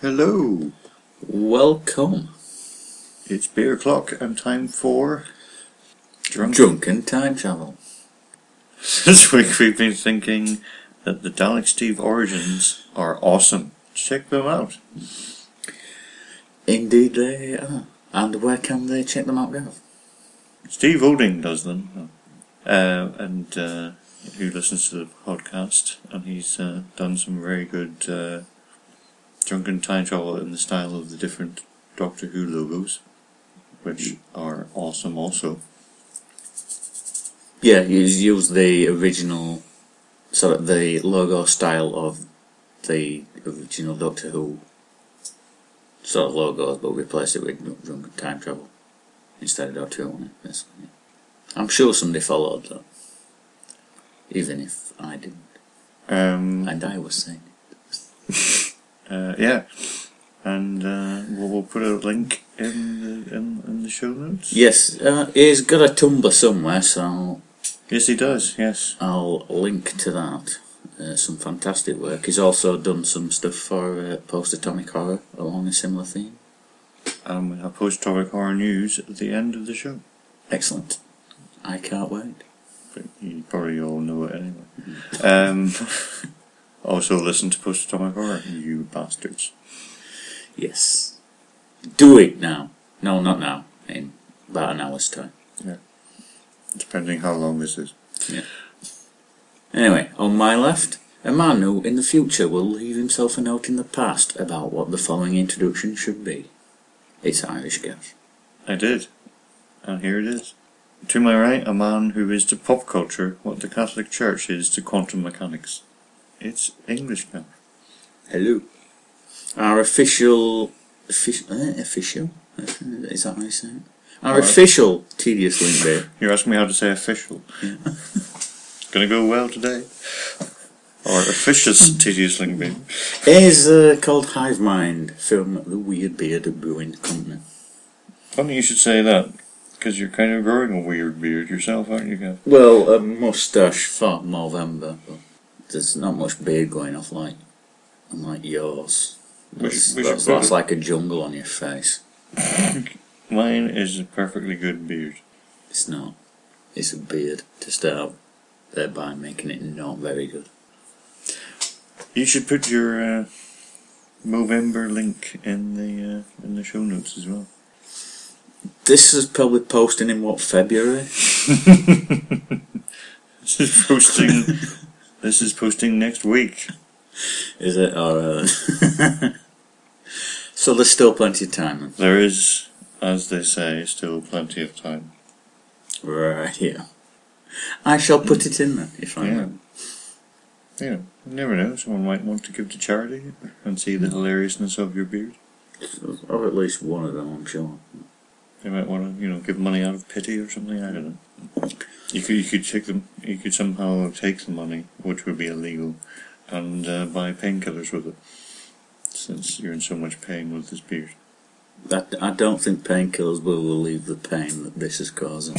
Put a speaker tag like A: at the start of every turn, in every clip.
A: Hello.
B: Welcome.
A: It's beer o'clock and time for drunk.
B: Drunken time travel.
A: this week we've been thinking that the Dalek Steve origins are awesome. Check them out.
B: Indeed they are. And where can they check them out, Gav?
A: Steve Olding does them, uh, and uh, who listens to the podcast, and he's uh, done some very good uh, drunken time travel in the style of the different Doctor Who logos, which are awesome. Also,
B: Yeah, you use the original, sort of the logo style of the original Doctor Who sort of logos, but replace it with dr- drunken time travel instead of Doctor Who on it, basically. I'm sure somebody followed that. Even if I didn't.
A: um,
B: And I was saying.
A: uh, yeah, and uh, we'll, we'll put a link in the in, in the show notes.
B: Yes, uh, he's got a Tumblr somewhere, so
A: Yes, he does. Yes,
B: I'll link to that. Uh, some fantastic work. He's also done some stuff for uh, post atomic horror along a similar theme.
A: and we have post-topic horror news at the end of the show.
B: Excellent. I can't wait.
A: but you probably all know it anyway. Um, also, listen to Post Atomic Horror, you bastards.
B: Yes. Do it now. No, not now. In about an hour's time.
A: Depending how long this is.
B: Anyway, on my left, a man who in the future will leave himself a note in the past about what the following introduction should be. It's Irish Gav.
A: I did, and here it is. To my right, a man who is to pop culture what the Catholic Church is to quantum mechanics. It's Englishman.
B: Hello. Our official, official, eh, official. Is that how you say it? Our
A: Alright.
B: official tedious link beer.
A: You're asking me how to say official. Gonna go well today. Or officious tedious lingby.
B: is uh, called Hive Mind from the Weird Beard Brewing Company.
A: Funny you should say that, because you're kind of growing a weird beard yourself, aren't you, Gav?
B: Well, a mustache for November, but there's not much beard going off like unlike yours.
A: We
B: That's,
A: should- we should
B: that's,
A: put
B: that's
A: it-
B: like a jungle on your face.
A: Mine is a perfectly good beard.
B: It's not. It's a beard to start, thereby making it not very good.
A: You should put your uh, Movember link in the uh, in the show notes as well.
B: This is probably posting in what February.
A: This is posting. this is posting next week.
B: Is it? Or, uh, so there's still plenty of time.
A: There is, as they say, still plenty of time.
B: then. Right here. I shall put it in there if I
A: Yeah.
B: remember.
A: You know, you never know. Someone might want to give to charity and see the hilariousness of your beard.
B: Or at least one of them, I'm sure.
A: They might want to, you know, give money out of pity or something. I don't know. You could, you could take them. You could somehow take the money, which would be illegal, and uh, buy painkillers with it, since you're in so much pain with this beard.
B: I, I don't think painkillers will relieve the pain that this is causing.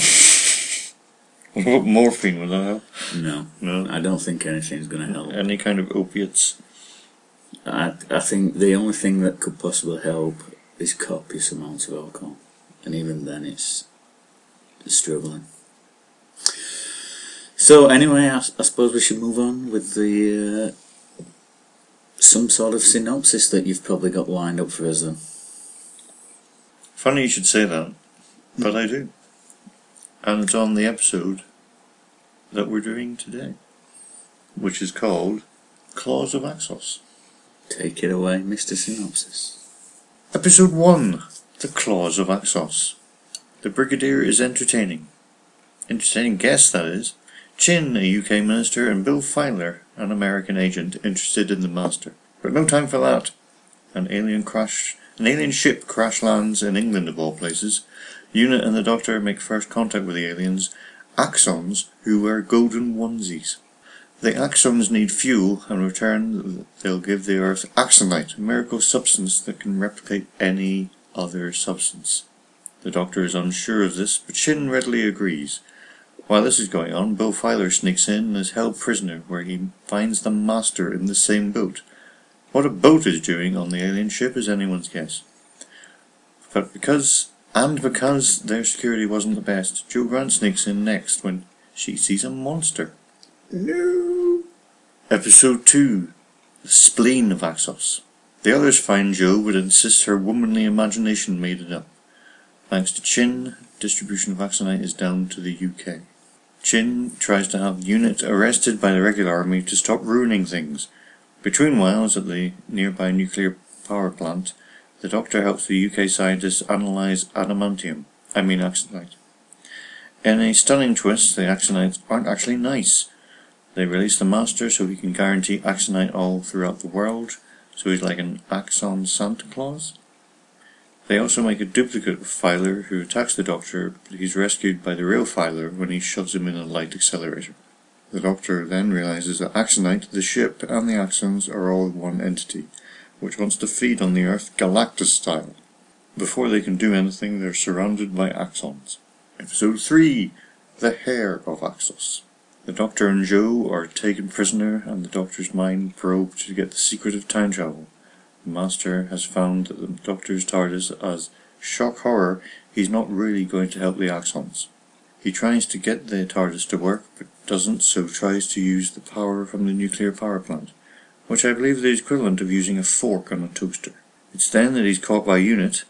A: What about morphine? Will that help?
B: No,
A: No.
B: I don't think anything's going to help.
A: Any kind of opiates?
B: I, I think the only thing that could possibly help is copious amounts of alcohol. And even then, it's, it's struggling. So, anyway, I, s- I suppose we should move on with the. Uh, some sort of synopsis that you've probably got lined up for us then.
A: Funny you should say that, but I do. And it's on the episode that we're doing today, which is called Claws of Axos.
B: Take it away, Mr. Synopsis.
A: Episode 1 The Claws of Axos. The Brigadier is entertaining. Entertaining guests, that is. Chin, a UK minister, and Bill Filer, an American agent interested in the master. But no time for that. An alien crash, an alien ship crash lands in England of all places. Una and the Doctor make first contact with the aliens, Axons, who wear golden onesies. The Axons need fuel, and in return, they'll give the Earth Axonite, a miracle substance that can replicate any other substance. The Doctor is unsure of this, but Shin readily agrees. While this is going on, Bill Filer sneaks in and is held prisoner, where he finds the Master in the same boat. What a boat is doing on the alien ship is anyone's guess. But because and because their security wasn't the best, Joe Grant sneaks in next when she sees a monster.
B: No.
A: Episode two The Spleen of Axos. The others find Joe but insist her womanly imagination made it up. Thanks to Chin, distribution of Axonite is down to the UK. Chin tries to have the unit arrested by the regular army to stop ruining things. Between whiles at the nearby nuclear power plant, the doctor helps the UK scientists analyse adamantium, I mean axonite. In a stunning twist, the axonites aren't actually nice. They release the master so he can guarantee axonite all throughout the world, so he's like an axon Santa Claus. They also make a duplicate of Filer who attacks the Doctor, but he's rescued by the real Filer when he shoves him in a light accelerator. The Doctor then realizes that Axonite, the ship, and the Axons are all one entity, which wants to feed on the Earth Galactus style. Before they can do anything, they're surrounded by Axons. Episode 3 The Hair of Axos. The Doctor and Joe are taken prisoner, and the Doctor's mind probed to get the secret of time travel. The Master has found that the Doctor's TARDIS as shock horror, he's not really going to help the Axons. He tries to get the TARDIS to work, but doesn't, so tries to use the power from the nuclear power plant, which I believe is the equivalent of using a fork on a toaster. It's then that he's caught by UNIT.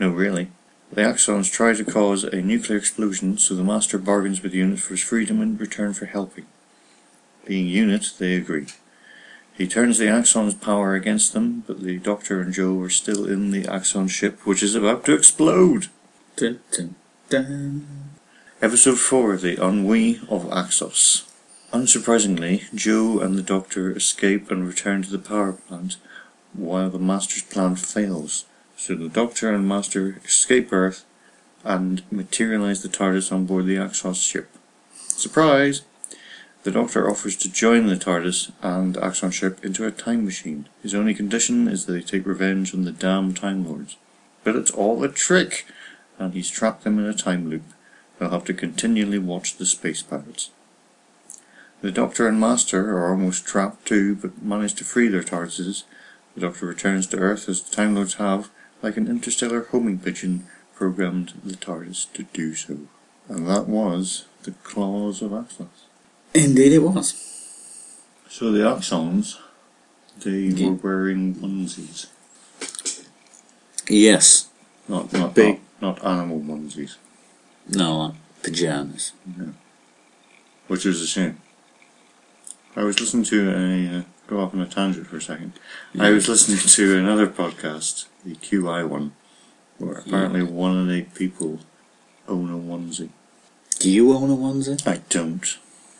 A: No, really. The Axons try to cause a nuclear explosion, so the Master bargains with UNIT for his freedom in return for helping. Being UNIT, they agree. He turns the Axon's power against them, but the Doctor and Joe are still in the Axon ship, which is about to explode.
B: Dun, dun, dun.
A: Episode 4 The Ennui of Axos. Unsurprisingly, Joe and the Doctor escape and return to the power plant, while the Master's plan fails. So the Doctor and Master escape Earth and materialize the TARDIS on board the Axos ship. Surprise! The Doctor offers to join the TARDIS and Axon ship into a time machine. His only condition is that they take revenge on the damn Time Lords. But it's all a trick, and he's trapped them in a time loop. They'll have to continually watch the space pirates. The Doctor and Master are almost trapped too, but manage to free their TARDISes. The Doctor returns to Earth as the Time Lords have, like an interstellar homing pigeon, programmed the TARDIS to do so. And that was the Claws of Atlas.
B: Indeed, it was.
A: So the Axons, they
B: Ye-
A: were wearing onesies,
B: Yes.
A: not not
B: Big-
A: not, not animal onesies,
B: No, like pajamas.
A: which is a shame. I was listening to a uh, go off on a tangent for a second. I was listening to another podcast, the QI one, where apparently one in eight people own a onesie.
B: Do you own a onesie?
A: I don't.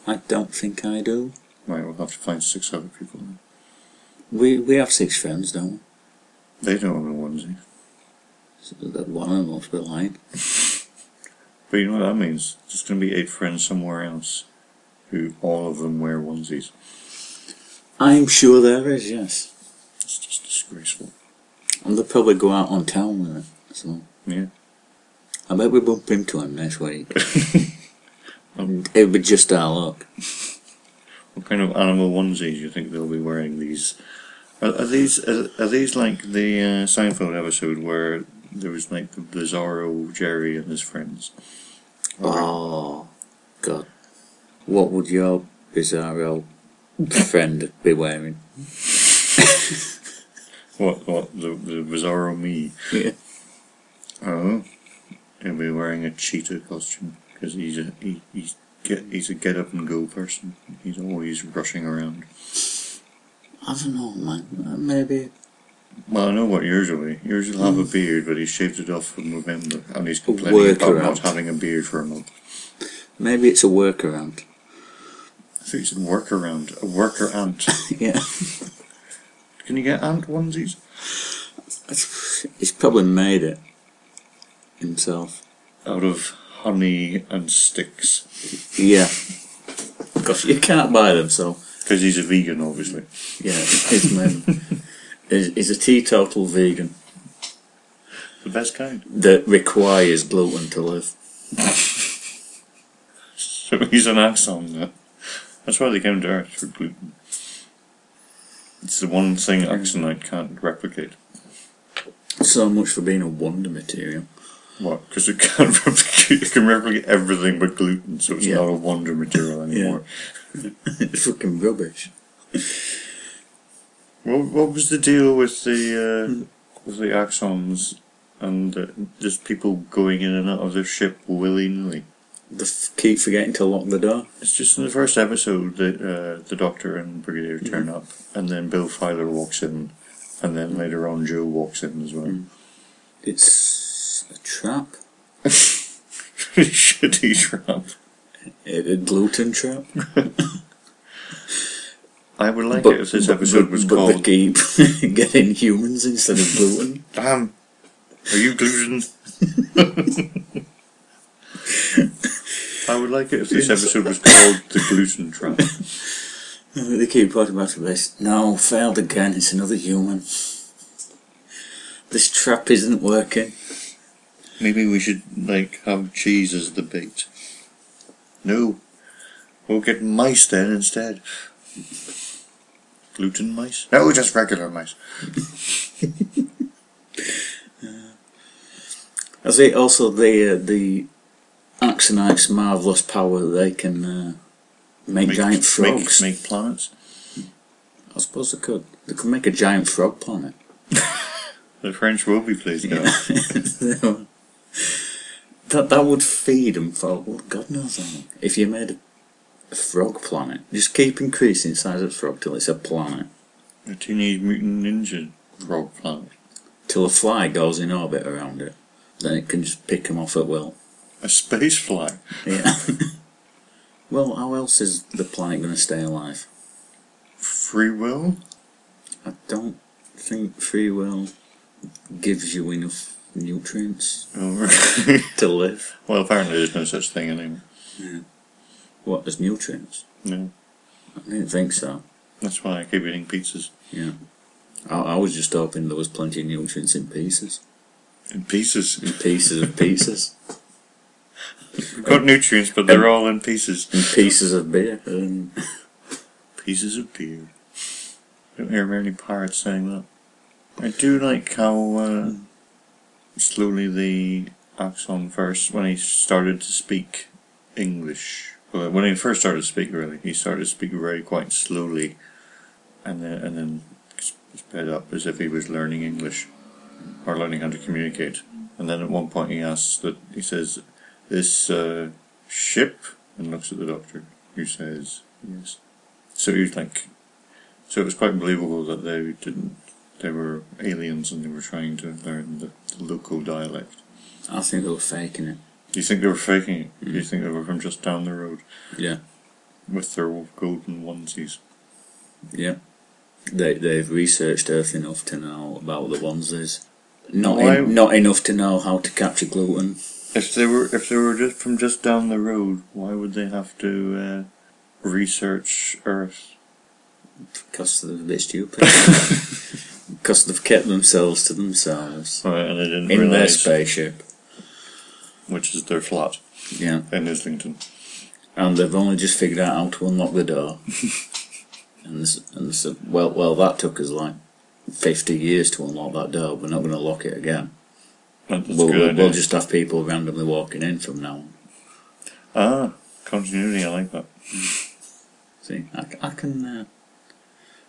B: I don't think I do.
A: Right, we'll have to find six other people. then.
B: We we have six friends, don't we?
A: They don't own a onesie,
B: So that one of them must be lying.
A: but you know what that means? There's going to be eight friends somewhere else, who all of them wear onesies.
B: I'm sure there is, yes.
A: It's just disgraceful.
B: And they'll probably go out on town with it. So
A: Yeah.
B: I bet we bump into him next week.
A: Um,
B: It would be just our luck.
A: what kind of animal onesies do you think they'll be wearing? These are, are these are, are these like the uh, Seinfeld episode where there was like the Bizarro Jerry and his friends. Or-
B: Oh God! What would your bizarro friend be wearing?
A: What what the, the Bizarro me?
B: Yeah.
A: Oh, he'll be wearing a cheetah costume because he's a he, he's get he's a get up and go person. He's always rushing around.
B: I don't know, man. Maybe
A: Well, I know what yours will be. Yours will have a beard, but he shaved it off in November, and he's complaining about
B: workaround.
A: not having a beard for a month.
B: maybe it's a workaround.
A: I think it's a workaround. A worker ant.
B: yeah.
A: Can you get ant onesies?
B: He's probably made it himself.
A: Out of honey and sticks.
B: Yeah. Because you can't buy them, so
A: Because he's a vegan, obviously.
B: yeah, he's made. He's he's a teetotal vegan
A: The best kind.
B: that requires gluten to live.
A: So he's an axon, then. That's why they came to Earth, for gluten. It's the one thing Axonite can't replicate.
B: So much for being a wonder material.
A: What? Because it can't replicate. It can replicate everything but gluten, so it's
B: Yeah.
A: not a wonder material anymore.
B: it's fucking rubbish.
A: What, what was the deal with the uh, with the axons and uh, just people going in and out of their ship willy nilly?
B: They f- keep forgetting to lock the door.
A: It's just in the first episode that uh, the Doctor and Brigadier
B: Mm-hmm.
A: turn up, and then Bill Filer walks in, and then later on Joe walks in as well.
B: It's a trap. Mm.
A: Pretty shitty trap.
B: A, a gluten trap.
A: I would like it if this episode was
B: but
A: called
B: they keep getting humans instead of gluten.
A: "Damn, are you gluten?" I would like it if this episode was called "The Gluten Trap."
B: they keep talking about this. No, failed again. It's another human. This trap isn't working.
A: Maybe we should like have cheese as the bait. No, we'll get mice then instead. Gluten mice? No, just regular mice.
B: I say also the uh, the Axonites' marvelous power that they can uh, make, giant frogs.
A: Make, make planets.
B: I suppose they could. They could make a giant frog planet.
A: The French will be pleased now.
B: that that would feed them for well, God knows how long. If you made a frog planet, just keep increasing the size of the frog till it's a planet,
A: The Teenage Mutant Ninja Frog Planet.
B: till a fly goes in orbit around it, then it can just pick them off at will.
A: A space fly.
B: Yeah. well, how else is the planet going to stay alive?
A: Free will?
B: I don't think free will gives you enough nutrients
A: Oh,
B: to live.
A: well, apparently there's no such thing anymore.
B: What, as nutrients?
A: No.
B: I didn't think so.
A: That's why I keep eating pizzas.
B: Yeah. I, I was just hoping there was plenty of nutrients in pieces.
A: In pieces.
B: In pieces of pieces.
A: We've got nutrients, but they're all in pieces.
B: In pieces of beer. Um,
A: pieces of beer. Don't hear many pirates saying that. I do like how uh, slowly the Axon first, when he started to speak English, well, when he first started to speak, really, he started to speak very quite slowly, and then and then sped up as if he was learning English or learning how to communicate. And then at one point he asks that he says, "This uh, ship," and looks at the doctor, who says, "Yes." So you think, so it was quite believable that they didn't, they were aliens and they were trying to learn the, the local dialect.
B: I think they were faking it.
A: Do you think they were faking it? Do you think they were from just down the road
B: Yeah.
A: with their golden onesies?
B: Yeah. They, they've researched Earth enough to know about the onesies. Not,
A: Why-
B: en- not enough to know how to capture gluten.
A: If they were, if they were just from just down the road, why would they have to uh, research Earth?
B: Because they're a bit stupid. Because they've kept themselves to themselves.
A: Right, and they didn't
B: In their
A: realize
B: spaceship.
A: which is their flat
B: Yeah.
A: in Islington.
B: And they've only just figured out how to unlock the door. and this, and this, well, well, that took us like 50 years to unlock that door. We're not going to lock it again.
A: That's a
B: We'll,
A: good
B: we'll,
A: idea.
B: we'll just have people randomly walking in from now on.
A: ah, continuity. I like that.
B: See, I, c- I can uh,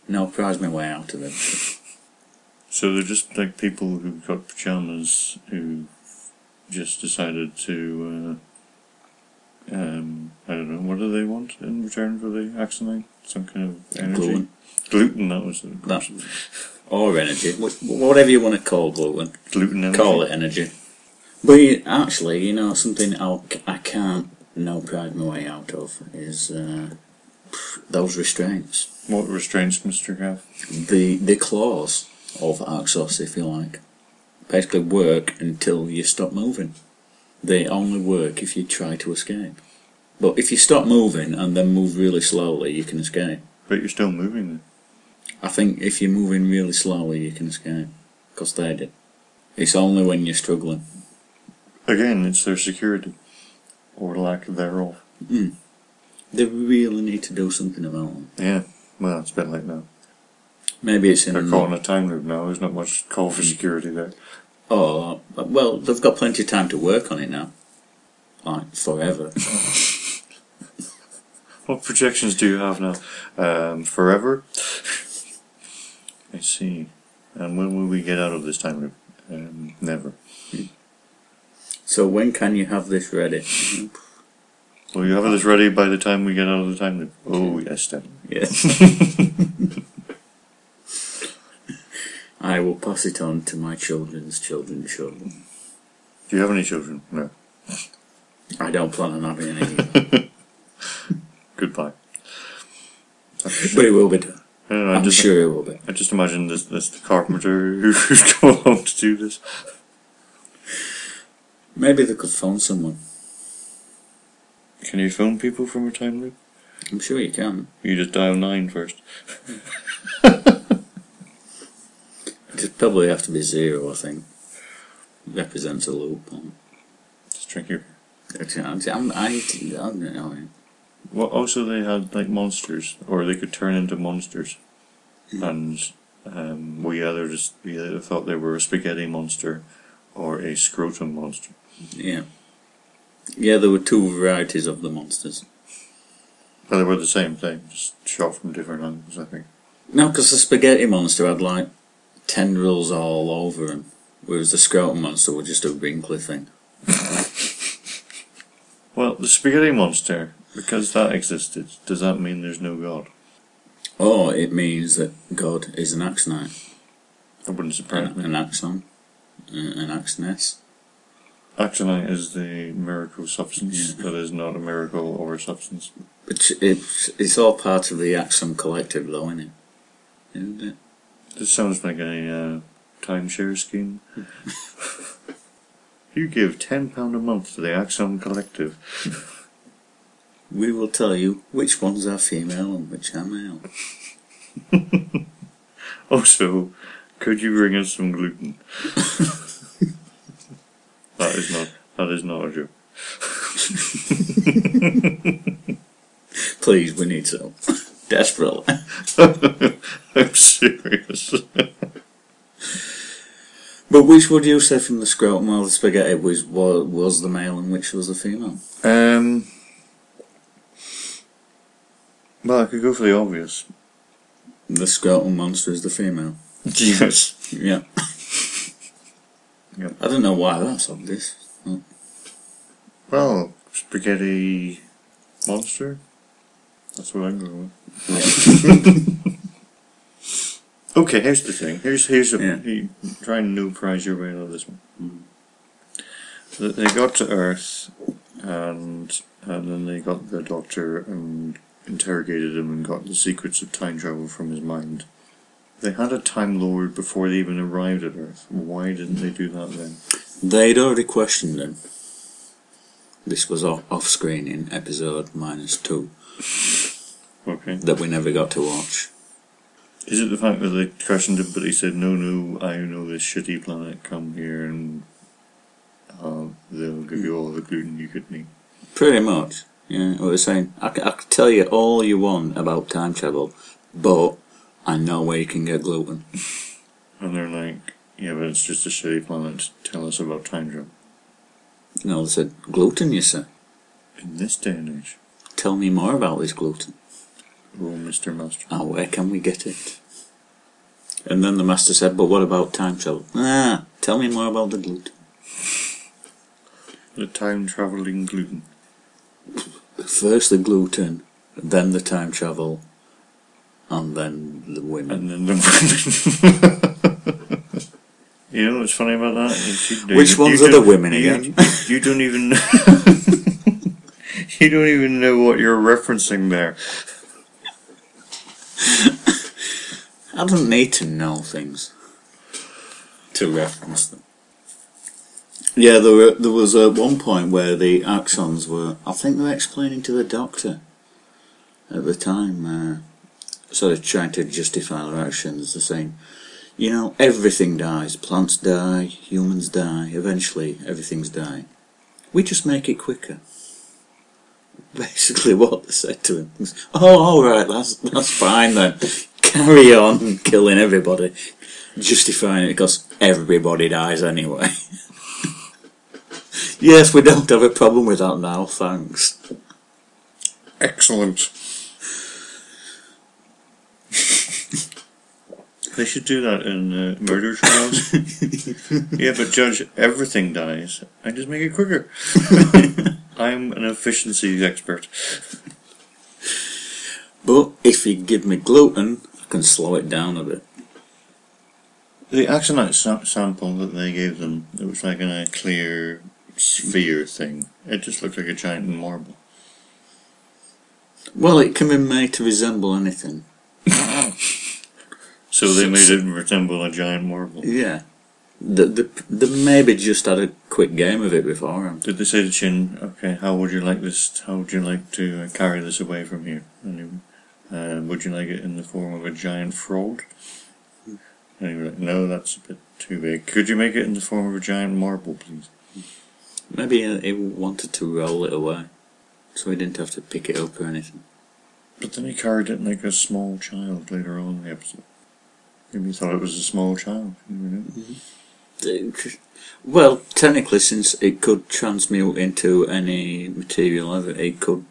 B: no prize my way out of it.
A: So they're just like people who've got pajamas who just decided to, uh, um, I don't know, what do they want in return for the accident? Some kind of energy?
B: Gluten.
A: Gluten, that was it.
B: That, or energy, wh- whatever you want to call gluten.
A: Gluten energy.
B: Call it energy. But you- actually, you know, something I'll, I can't no pride my way out of is uh, those restraints.
A: What restraints Mr. Gaff?
B: The the claws of Axos, if you like, basically work until you stop moving. They only work if you try to escape. But if you stop moving and then move really slowly, you can escape.
A: But you're still moving then.
B: I think if you're moving really slowly, you can escape. Because they did. It's only when you're struggling.
A: Again, it's their security. Or lack thereof.
B: They really need to do something about them.
A: Yeah, well, it's a bit late now.
B: Maybe it's in.
A: They're caught in a time loop now. There's not much call for security there.
B: Oh, well, they've got plenty of time to work on it now. Like, forever.
A: What projections do you have now? Um, forever? I see. And when will we get out of this time loop? Um, never.
B: so when can you have this ready?
A: Will you have this ready by the time we get out of the time loop? Oh, yes, then.
B: Yes. I will pass it on to my children's children's children.
A: Do you have any children? No.
B: I don't plan on having any,
A: Goodbye.
B: but it will be done.
A: I don't know, I
B: I'm
A: just,
B: sure it will be.
A: I just imagine this, this the carpenter who- who's come along to do this.
B: Maybe they could phone someone.
A: Can you phone people from a time loop?
B: I'm sure you can.
A: You just dial 9 first.
B: It'd probably have to be zero, I think. Represents a loophole.
A: Just drink your.
B: Actually, I'm, I'm, I, I don't know.
A: Well, also, they had like monsters, or they could turn into monsters. And um, we either just we either thought they were a spaghetti monster or a scrotum monster.
B: Yeah. Yeah, there were two varieties of the monsters.
A: But they were the same thing, just shot from different angles, I think.
B: No, because the spaghetti monster had like tendrils all over him, whereas the scrotum monster was just a wrinkly thing.
A: Well, the spaghetti monster, because that existed, does that mean there's no god?
B: Or it means that God is an axe knight,
A: That wouldn't surprise
B: an,
A: me.
B: an axon, uh, an axe ness.
A: Actinite is the miracle substance that is not a miracle or a substance.
B: But it's, it's all part of the axon collective, though, isn't it? Isn't it?
A: This sounds like a uh, timeshare scheme. you give ten pound a month to the Axon Collective.
B: We will tell you which ones are female and which are male.
A: Also, could you bring us some gluten? that is not. That is not a joke.
B: Please, we need some. Desperately.
A: I'm serious.
B: But which would you say from the scrotum or the spaghetti was, was, was the male and which was the female?
A: Um. Well, I could go for the obvious.
B: The scrotum monster is the female.
A: Yes.
B: Yeah.
A: Yep.
B: I don't know why that's obvious.
A: Well, spaghetti monster. That's what I'm going with. Okay, here's the thing. Here's here's a
B: Yeah.
A: you try and new prize your way out of this one. Th- They got to Earth, and and then they got the Doctor and interrogated him and got the secrets of time travel from his mind. They had a Time Lord before they even arrived at Earth. Why didn't they do that then?
B: They'd already questioned him. This was off, off screen in episode minus two
A: Okay.
B: that we never got to watch.
A: Is it the fact that they questioned him, but he said, "No, no, I know this shitty planet. Come here, and uh, they'll give you all the gluten you could need."
B: Pretty much. Yeah, what they're saying. I, c- I can tell you all you want about time travel, but I know where you can get gluten.
A: And they're like, yeah, but it's just a shitty planet. Tell us about time travel.
B: No, they said, gluten, you say?
A: In this day and age,
B: Tell me more about this gluten.
A: oh, Mr. Master.
B: Oh, where can we get it? And then the master said, But what about time travel? Ah, tell me more about the gluten.
A: The time traveling gluten.
B: First the gluten, then the time travel, and then the women.
A: And then the women. you know what's funny about that? Is you-
B: Which ones are the
A: don't-
B: women
A: you-
B: again?
A: You don't even. you don't even know what you're referencing there.
B: I don't need to know things to reference them. Yeah, there, were, there was uh, one point where the axons were, I think they were explaining to the doctor at the time, uh, sort of trying to justify their actions. They're saying, you know, everything dies. Plants die, humans die, eventually everything's dying. We just make it quicker. Basically, what they said to him was, oh, alright, that's, that's fine then. carry on killing everybody, justifying it because everybody dies anyway. yes, we don't have a problem with that now, thanks.
A: Excellent. they should do that in uh, murder trials. yeah, but judge, everything dies. I just make it quicker. I'm an efficiency expert.
B: But if you give me gluten, I can slow it down a bit.
A: The axonite sa- sample that they gave them, it was like in a clear sphere thing. It just looked like a giant marble.
B: Well, it can be made to resemble anything.
A: So they made it resemble a giant marble.
B: Yeah. The, the, the maybe just had a quick game of it beforehand.
A: Did they say to Chin, okay, how would you like this? How would you like to uh, carry this away from here? And he, uh, would you like it in the form of a giant frog? And he was like, no, that's a bit too big. Could you make it in the form of a giant marble, please?
B: Maybe he wanted to roll it away, so he didn't have to pick it up or anything.
A: But then he carried it like a small child later on in the episode. Maybe he thought it was a small child. you know?
B: Well, technically, since it could transmute into any material ever, it could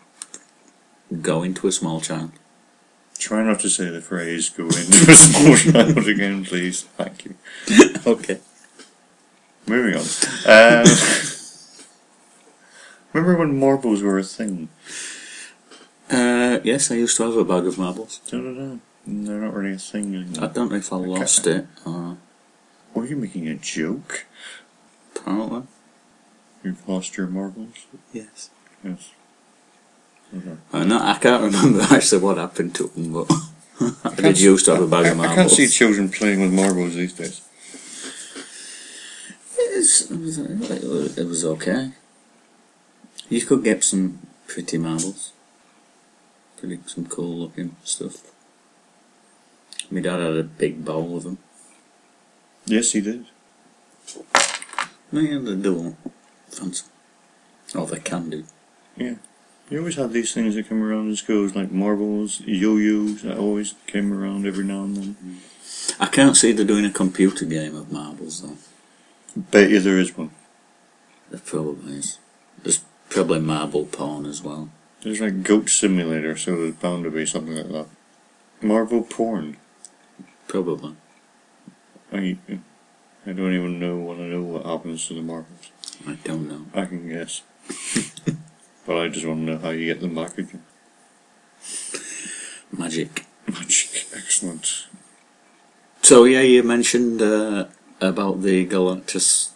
B: go into a small child.
A: Try not to say the phrase "go into a small child" again, please. Thank you.
B: Okay.
A: Moving on. Um, remember when marbles were a thing?
B: Uh, yes, I used to have a bag of marbles.
A: No, no, no. They're not really a thing
B: I
A: anymore.
B: don't know if I lost it, or
A: Were you making a joke?
B: apparently.
A: You've lost your marbles?
B: Yes.
A: Yes. Okay.
B: I, know, Uh, I can't remember actually what happened to them, but I did used to have a bag
A: I,
B: of
A: I can't
B: marbles.
A: see children playing with marbles these days.
B: It's- It was, it was- it was okay. You could get some pretty marbles. Pretty some cool looking stuff. My dad had a big bowl of them.
A: Yes, he did.
B: No, yeah, they do all fancy. Oh, they can do.
A: You always had these things that come around in schools, like marbles, yo-yos, that always came around every now and then.
B: I can't see they're doing a computer game of marbles though.
A: Bet you there is one.
B: There probably is. There's probably marble porn as well.
A: There's like Goat Simulator, so there's bound to be something like that. Marble porn.
B: Probably.
A: I, I don't even know want to know what happens to the marbles.
B: I don't know.
A: I can guess. but I just want to know how you get them back again.
B: Magic.
A: Magic. Excellent.
B: So yeah, you mentioned uh, about the Galactus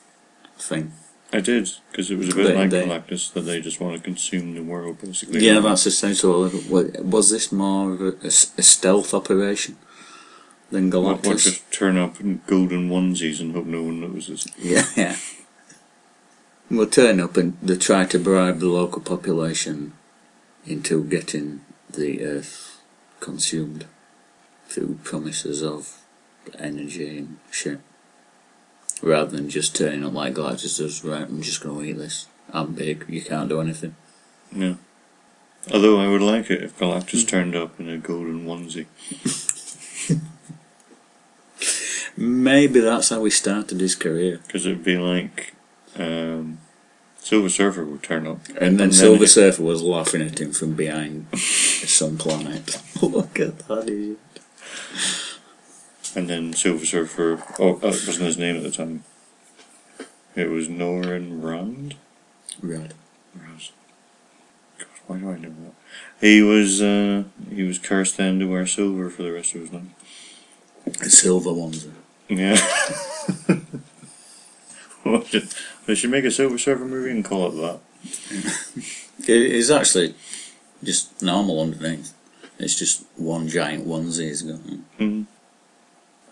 B: thing.
A: I did, because it was a bit
B: They-
A: like
B: they-
A: Galactus that they just want to consume the world, basically.
B: Yeah, that's the same sort of. wa- Was this more of a, a s- a stealth operation than
A: Or, or
B: Galactus?
A: just turn up in golden onesies and hope no one notices.
B: Yeah, yeah. Well, turn up and they try to bribe the local population into getting the Earth consumed through promises of energy and shit, rather than just turning up like Galactus does. Right, I'm just going to eat this. I'm big. You can't do anything.
A: Yeah. Although I would like it if Galactus
B: Hmm.
A: turned up in a golden onesie.
B: Maybe that's how he started his career.
A: Because it would be like um, Silver Surfer would turn up.
B: And then
A: then
B: Silver
A: it-
B: Surfer was laughing at him from behind some planet. Look at that idiot.
A: And then Silver Surfer. Oh, that wasn't his name at the time. It was Norin Rand?
B: Right.
A: Rose. God, why do I know that? He was uh, he was cursed then to wear silver for the rest of his life.
B: Silver onesie.
A: Yeah. Well, should- they should make a Silver Surfer movie and call it that.
B: It is actually just normal underneath. It's just one giant onesie he's got. on.
A: Mhm.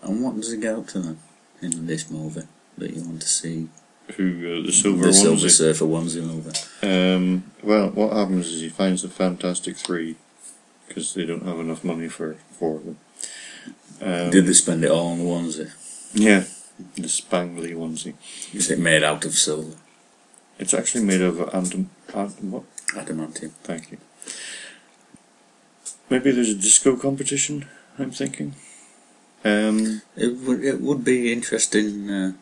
B: And what does it get up to then in this movie that you want to see?
A: Who uh, the silver
B: the
A: onesie?
B: Silver Surfer onesie movie.
A: Um, well, what happens is he finds the Fantastic Three because they don't have enough money for for them. Um,
B: Did they spend it all on the onesie?
A: yeah, the spangly onesie.
B: Is it made out of silver?
A: It's actually made of antim- antim- what?
B: Adamantium.
A: Thank you. Maybe there's a disco competition, I'm thinking. Um,
B: It would, it would be interesting. Uh,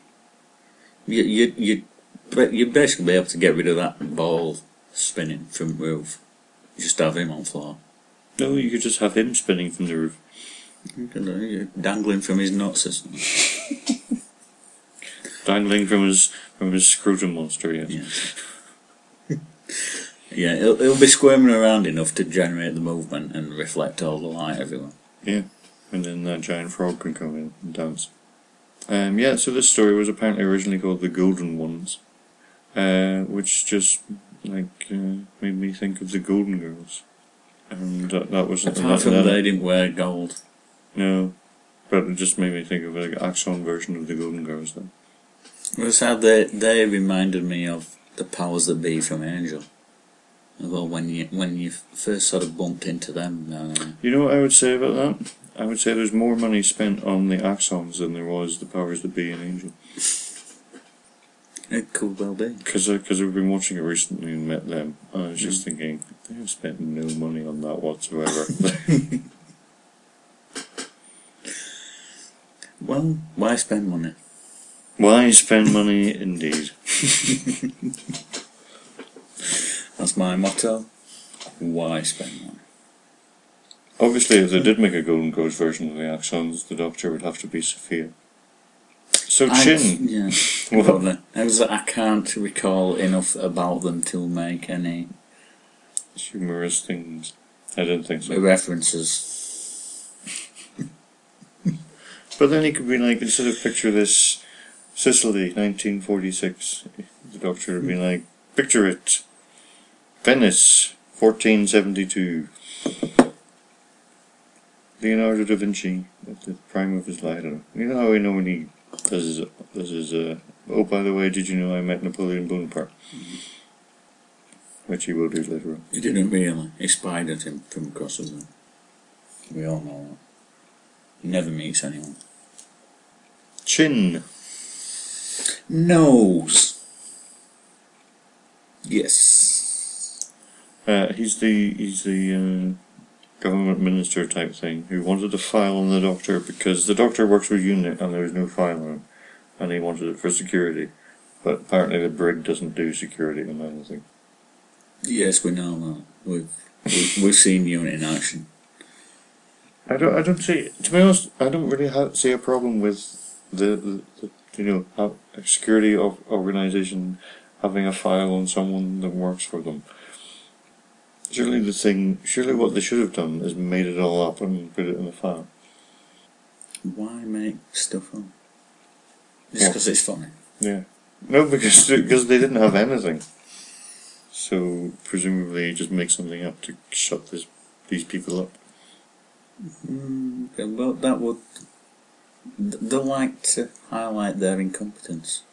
B: you you you ba- you'd basically be able to get rid of that ball spinning from roof. Just have him on floor,
A: no, you could just have him spinning from the roof.
B: You know, you- dangling from his nuts or something.
A: Dangling from his from his scrotum monster, yes.
B: Yeah. Yeah, it'll, it'll be squirming around enough to generate the movement and reflect all the light everywhere.
A: And then that giant frog can come in and dance. Um, yeah, so this story was apparently originally called The Golden Ones, uh, which just like uh, made me think of the Golden Girls. And that, that wasn't
B: Apart
A: that-
B: from
A: that-
B: they didn't wear gold.
A: No, but it just made me think of an Axon version of the Golden Girls. Then
B: It was how they they reminded me of the powers that be from Angel. Well, when you when you first sort of bumped into them, uh,
A: you know what I would say about that? I would say there's more money spent on the Axons than there was the powers that be in Angel.
B: it could well be.
A: Because because we've uh, been watching it recently and met them, I was just thinking they have spent no money on that whatsoever.
B: Well, why spend money?
A: Why spend money indeed?
B: That's my motto. Why spend money?
A: Obviously, if they did make a Golden Girls version of the Axons, the Doctor would have to be Sophia. So Chin,
B: yeah,
A: what?
B: probably. I was I can't recall enough about them to make any
A: humorous things. I don't think so.
B: references.
A: But then he could be like, instead of picture this Sicily, 1946, the doctor would be like, picture it, Venice, 1472. Leonardo da Vinci, at the prime of his life. I don't know. You know how we know when he this is this is uh, oh by the way, did you know I met Napoleon Bonaparte? Which he will do later on.
B: He didn't really. He spied at him from across the room. We all know that. He never meets anyone.
A: Chin.
B: Nose. Yes.
A: Uh, he's the he's the uh, government minister type thing who wanted a file on the doctor because the doctor works with UNIT and there was no file on him, and he wanted it for security. But apparently the brig doesn't do security and anything.
B: Yes, we know that. We've we've, we've seen unit in action.
A: I don't I don't see to be honest I don't really ha see a problem with the, the, the you know how a security of organization having a file on someone that works for them. Surely the thing surely what they should have done is made it all up and put it in the file.
B: Why make stuff up? Just
A: What?
B: because it's funny.
A: No, because because they didn't have anything. So presumably, just make something up to shut this these people up.
B: Mm, okay, well, that would. th- They like to highlight their incompetence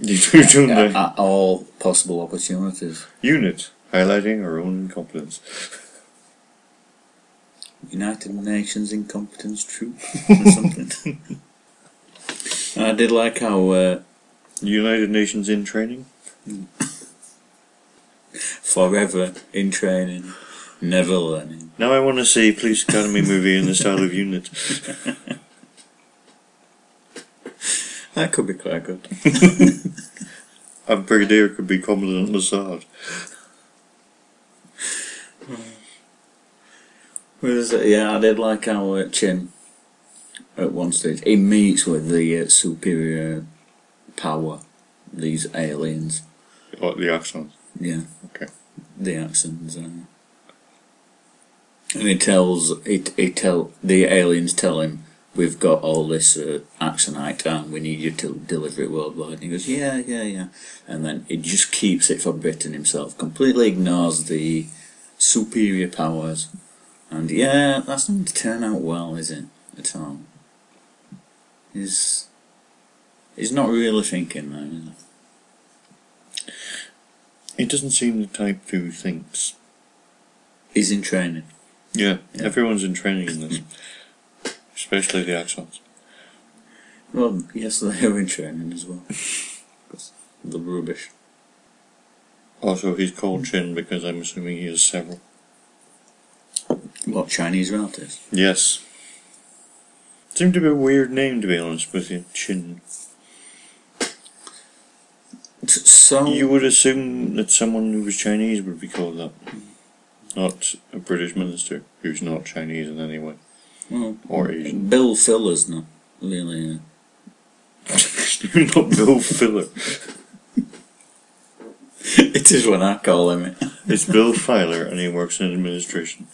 A: You do, don't
B: at,
A: they?
B: at all possible opportunities.
A: Unit highlighting our own incompetence.
B: United Nations incompetence troop or something. I did like how uh,
A: United Nations in training.
B: forever in training, never learning.
A: Now I want to see police academy movie in the style of Unit.
B: That could be quite good.
A: And Brigadier could be Commandant Lassard.
B: Whereas, uh, yeah, I did like how uh, Chin, at one stage, he meets with the uh, superior power, these aliens.
A: Like the accent.
B: Yeah.
A: Okay.
B: The accents. Uh, and he tells it. He, tell the aliens tell him, "We've got all this uh, axonite, and we need you to deliver it worldwide." And he goes, "Yeah, yeah, yeah," and then he just keeps it for Britain himself. Completely ignores the superior powers, and yeah, that's not going to turn out well, is it? At all. He's he's not really thinking though. Is he?
A: It doesn't seem the type who thinks.
B: He's in training.
A: Yeah,
B: Yeah.
A: everyone's in training in this, especially the accents.
B: Well, yes, they are in training as well. 'Cause the rubbish.
A: Also, he's called Chin because I'm assuming he has several.
B: What Chinese relatives?
A: Yes. Seemed to be a weird name, to be honest with you. Chin.
B: T- So
A: You would assume that someone who was Chinese would be called that. Not a British minister who's not Chinese in any way.
B: well,
A: Or Asian.
B: Bill Fillers, no, really. Uh,
A: You're not Bill Filler.
B: it is what I call him. it.
A: It's Bill Filer, and he works in administration.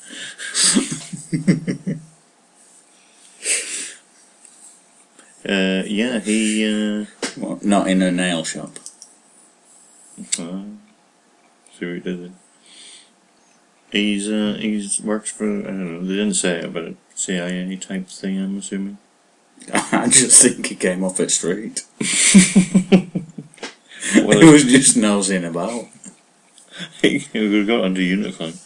A: uh, yeah, he.
B: What, not in a nail shop.
A: Uh, uh, see what he did there. He's uh, he's works for I don't know. They didn't say it, but a CIA type thing. I'm assuming.
B: I just think he came off it straight.
A: Well,
B: he was just nosing about.
A: he could have got under Unicron.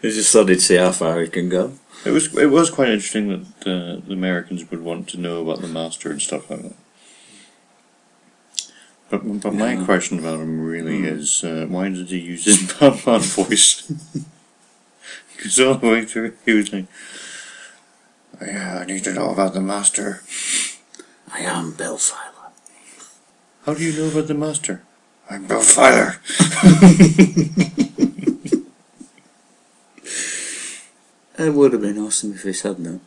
B: He just thought he'd see how far he can go.
A: It was it was quite interesting that uh, the Americans would want to know about the master and stuff like that. But but my
B: Yeah.
A: question about him really
B: Hmm.
A: is uh, why did he use his Batman voice? Because all the way through he was like, "Oh, "Yeah, I need to know about the master.
B: I am Bill Filer.
A: How do you know about the master? I'm Bill Filer.
B: It would have been awesome if he said that.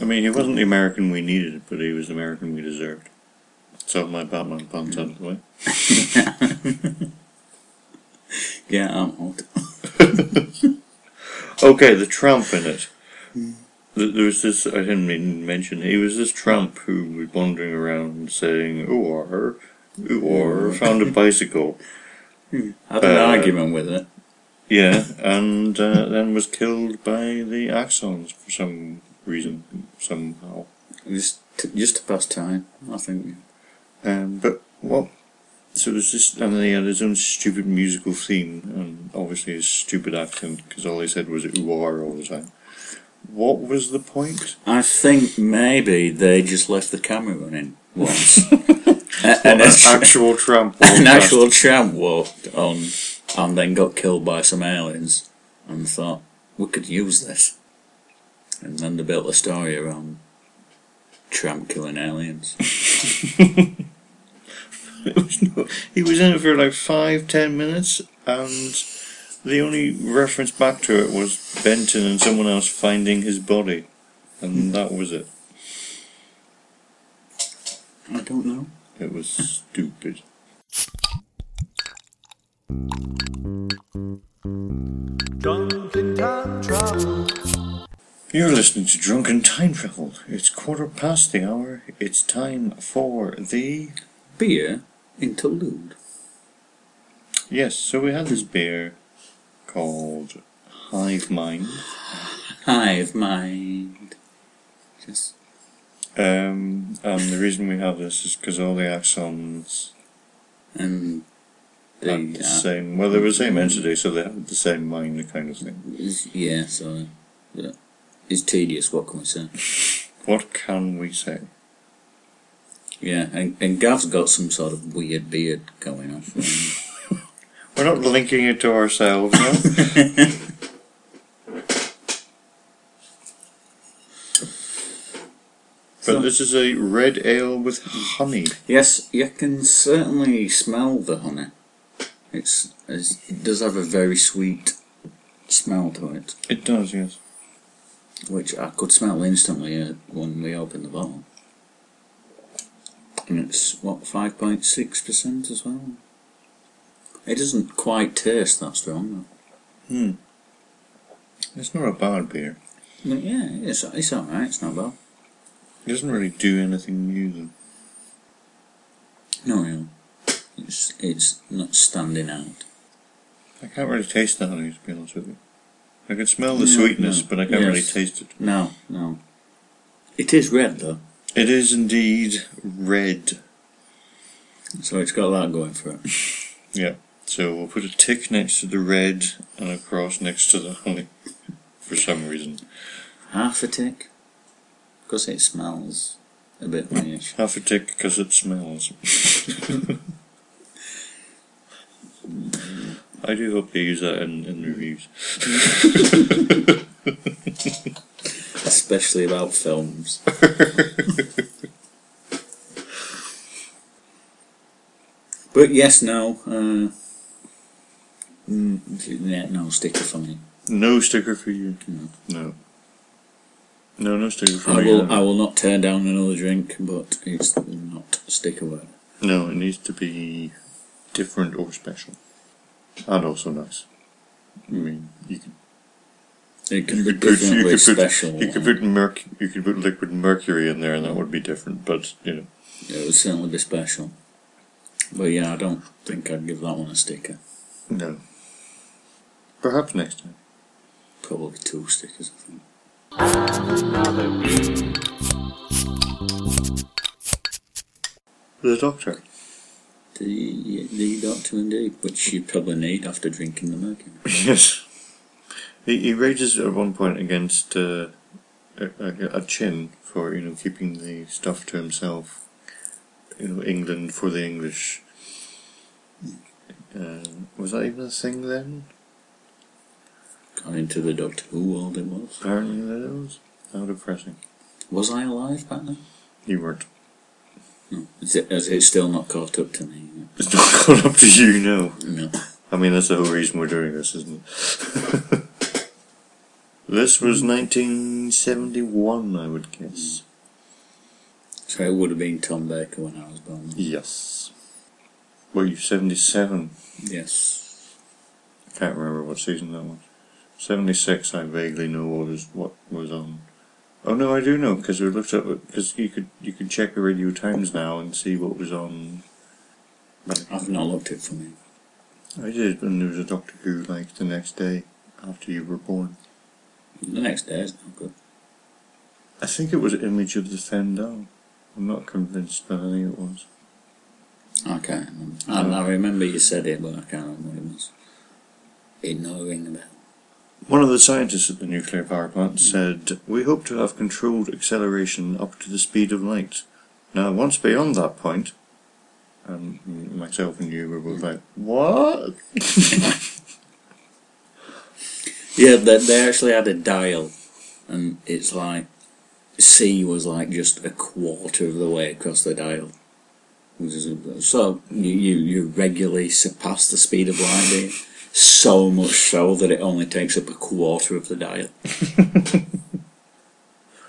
A: I mean, he wasn't the American we needed, but he was the American we deserved. So my Batman puns out of the way.
B: Yeah, I'm old.
A: Okay, the tramp in it. Th There was this, I didn't mean to mention, he was this tramp who was wandering around saying, ooh, or, ooh, or, found a bicycle.
B: Had an
A: Uh,
B: argument with it.
A: Yeah, and uh, then was killed by the Axons for some reason, somehow.
B: Just, t- just to pass time, I think.
A: Um, but well, so there's this, and then he had his own stupid musical theme, and obviously his stupid accent, because all he said was ooh, or all the time. What was the point?
B: I think maybe they just left the camera running once. A- and
A: an
B: a tra-
A: actual tramp.
B: an
A: walked past
B: actual tramp walked on and then got killed by some aliens and thought, we could use this. And then they built a story around tramp killing aliens.
A: It was no, he was in it for like five, ten minutes, and the only reference back to it was Benton and someone else finding his body, and that was it.
B: I don't know.
A: It was stupid. You're listening to Drunken Time Travel. It's quarter past the hour. It's time for the.
B: Beer interlude.
A: Yes, so we had this beer called Hive Mind.
B: Hive mind. Just
A: Um, and the reason we have this is because all the axons
B: and
A: had
B: the
A: the
B: uh,
A: same, well, they were the same entity, so they had the same mind, kind of thing.
B: is- yeah, so yeah. it's tedious. What can we say?
A: What can we say?
B: Yeah, and, and Gav's got some sort of weird beard going on.
A: We're not linking it to ourselves, no? but this is a red ale with honey.
B: yes, you can certainly smell the honey. It's, it's it does have a very sweet smell to it,
A: It does, yes.
B: which I could smell instantly uh, when we opened the bottle. And it's what five point six percent as well. It doesn't quite taste that strong. though.
A: It's not a bad beer.
B: But yeah, it's it's all right. It's not bad.
A: It doesn't really do anything new, though.
B: No, no, it's it's not standing out.
A: I can't really taste the honey, to be honest with you. I can smell the
B: No,
A: sweetness,
B: no.
A: but I can't really
B: Yes.
A: taste it.
B: No, no. It is red though,
A: It is indeed red.
B: so it's got that going for it.
A: So we'll put a tick next to the red and a cross next to the honey. For some reason.
B: Half a tick, because it smells a bit weird.
A: Half a tick because it smells. I do hope they use that in, in reviews.
B: especially about films. but yes, no. Uh, mm, yeah, no sticker for me.
A: No sticker for you.
B: No.
A: No. No, no sticker for
B: I
A: me.
B: will. uh,
A: either.
B: I will not turn down another drink, but it's not sticker worthy.
A: No, it needs to be different or special. And also nice. I mean, you could,
B: It can
A: you
B: be
A: could put, you
B: definitely
A: could put,
B: special.
A: you could put merc, you could put liquid mercury in there and that would be different, but, you know.
B: It would certainly be special. But yeah, I don't think I'd give that one a sticker.
A: No. Perhaps next time.
B: Probably two stickers, I think.
A: The doctor.
B: The, the Doctor indeed, which you probably need after drinking the mercury.
A: Yes. He, he rages at one point against uh, a, a, a chin for, you know, keeping the stuff to himself. You know, England for the English. Uh, was that even a thing then?
B: Got into the Doctor Who world it was.
A: Apparently that was. How depressing.
B: Was I alive back then?
A: You weren't.
B: No. Is it, is it still not caught up to me?
A: It's not caught up to you, no.
B: No.
A: I mean, that's the whole reason we're doing this, isn't it? this was 1971, I would guess.
B: So it would have been Tom Baker when I was born.
A: Yes. Were you 77?
B: Yes.
A: I can't remember what season that was. 76, I vaguely know what was, what was on. Oh no, I do know, because we looked up, because you could, you could check the radio times now and see what was on.
B: I've not looked it for me.
A: I did, and there was a Doctor Who, like, the next day after you were born.
B: The next day is not good.
A: I think it was Image of the Fendal. I'm not convinced, but I think it was.
B: I can't remember. I, I remember you said it, but I can't remember what it was. It no ring a bell.
A: One of the scientists at the nuclear power plant said, We hope to have controlled acceleration up to the speed of light. Now, once beyond that point, and myself and you were both like, What?
B: Yeah, they, they actually had a dial, and it's like C was like just a quarter of the way across the dial. Which is- So you, you, you regularly surpass the speed of light, do you? so much so that it only takes up a quarter of the dial.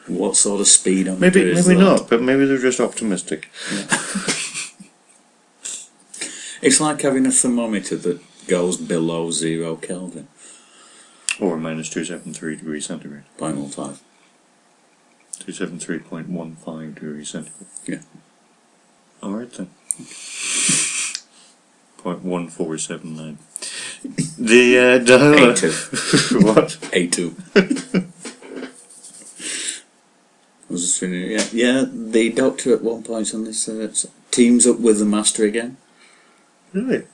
B: what sort of speed on
A: Maybe,
B: is
A: maybe
B: that?
A: not, but maybe they're just optimistic.
B: It's like having a thermometer that goes below zero Kelvin,
A: Or minus 273 degrees centigrade.
B: point one five.
A: 273.15 degrees centigrade.
B: Yeah.
A: Alright then. 0.1479. The uh, dial.
B: Eight two.
A: what?
B: A two. I was just reading it, Yeah, yeah. The doctor at one point on this uh, s- teams up with the master again.
A: Really?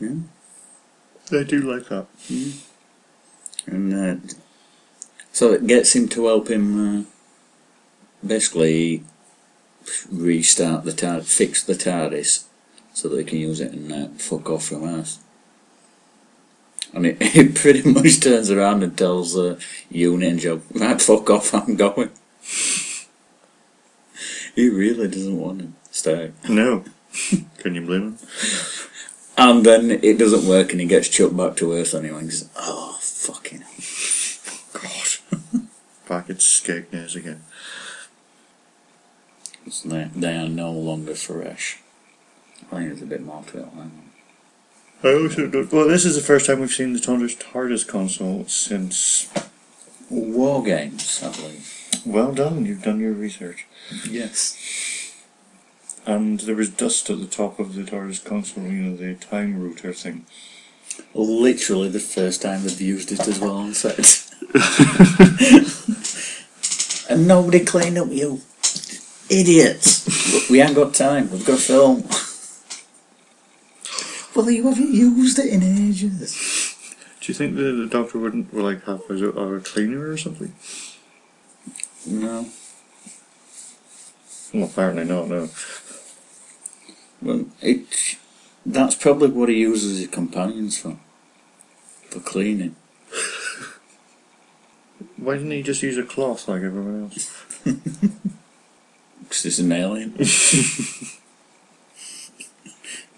B: Yeah.
A: They do like that.
B: And uh, so it gets him to help him uh, basically restart the TARDIS, fix the TARDIS so that he can use it and uh, fuck off from Earth. And it, it pretty much turns around and tells uh, Unit and Job, right, fuck off, I'm going. he really doesn't want to stay.
A: No. Can you blame him?
B: And then it doesn't work and he gets chucked back to Earth anyway. And goes, oh, fucking hell.
A: God. Back at Skegness again.
B: So they, they are no longer fresh. I think there's a bit more to it. than
A: I also don't. Well, this is the first time we've seen the Tonder's TARDIS console since.
B: that. War games, I believe.
A: Well done, you've done your research.
B: Yes.
A: And there was dust at the top of the TARDIS console, you know, the time router thing.
B: Literally the first time they've used it as well on set. and nobody cleaned up, you idiots. Look, we ain't got time, we've got film. well, you haven't used it in ages.
A: Do you think the, the doctor wouldn't, well, like, have a, a cleaner or something?
B: No.
A: Well, apparently not, no.
B: Well, it, that's probably what he uses his companions for. For cleaning.
A: Why didn't he just use a cloth like everyone else?
B: Because it's an alien.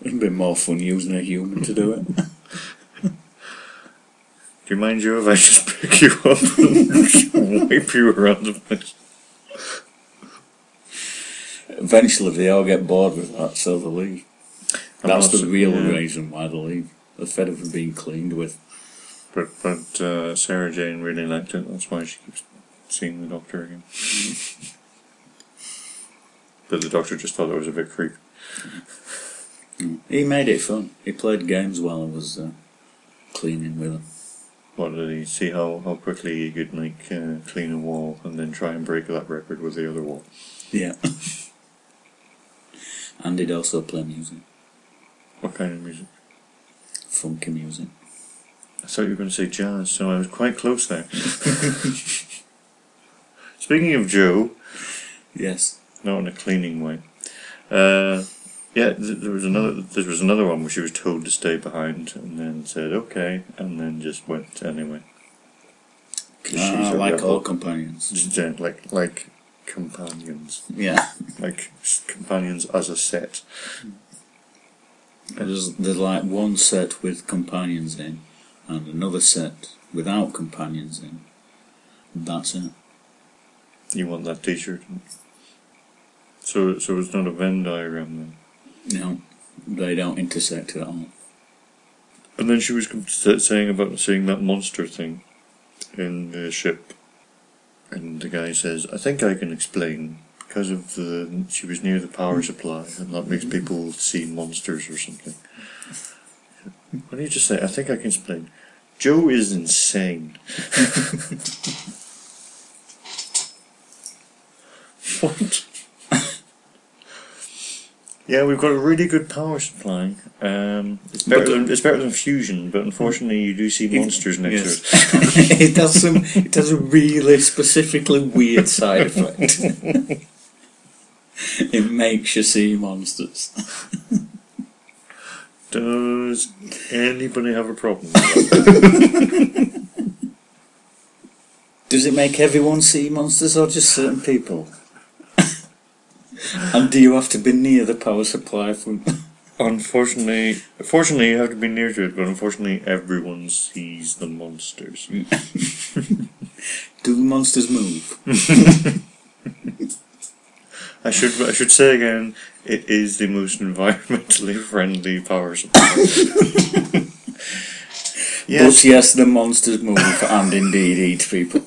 B: It'd be more fun using a human to do it.
A: Do you mind you if I just pick you up and wipe you around the place?
B: Eventually, they all get bored with that, so they leave.
A: I'm
B: That's
A: also-
B: the real
A: yeah.
B: reason why they leave. They're fed up of being cleaned with.
A: But but uh, Sarah Jane really liked it. That's why she keeps seeing the doctor again. but the doctor just thought it was a bit creepy.
B: He made it fun. He played games while I was uh, cleaning with him.
A: What did he see how, how quickly he could like uh, clean a wall and then try and break that record with the other wall?
B: Yeah. and he'd also play music,
A: What kind of music?
B: funky music.
A: I thought you were going to say jazz, so I was quite close there. Speaking of Joe,
B: Yes.
A: not in a cleaning way. Uh, yeah, th- there was another. There was another one where she was told to stay behind, and then said okay, and then just went anyway. 'Cause
B: Ah,
A: a
B: like
A: rebel.
B: all companions.
A: Just, uh, like like companions,
B: Yeah.
A: like s- companions as a set.
B: There's, there's like one set with companions in, and another set without companions in. That's it.
A: You want that T-shirt? So so it's not a Venn diagram then.
B: No, they don't intersect at all.
A: And then she was com- sa- saying about seeing that monster thing in the ship. And the guy says, I think I can explain. Because of the. She was near the power supply, and that makes people see monsters or something. What do you just say? I think I can explain. Joe is insane. what? yeah, we've got a really good power supply. Um, it's better
B: But-
A: than it's better than fusion, but unfortunately, you do see monsters next to it.
B: it has some. It has a really specifically weird side effect. it makes you see monsters.
A: Does anybody have a problem? with that?
B: Does it make everyone see monsters or just certain people? and do you have to be near the power supply for?
A: unfortunately, fortunately, you have to be near to it, but unfortunately, everyone sees the monsters.
B: Do the monsters move?
A: I should I should say again, it is the most environmentally friendly power supply. yes,
B: But yes, the monsters move and indeed eat people.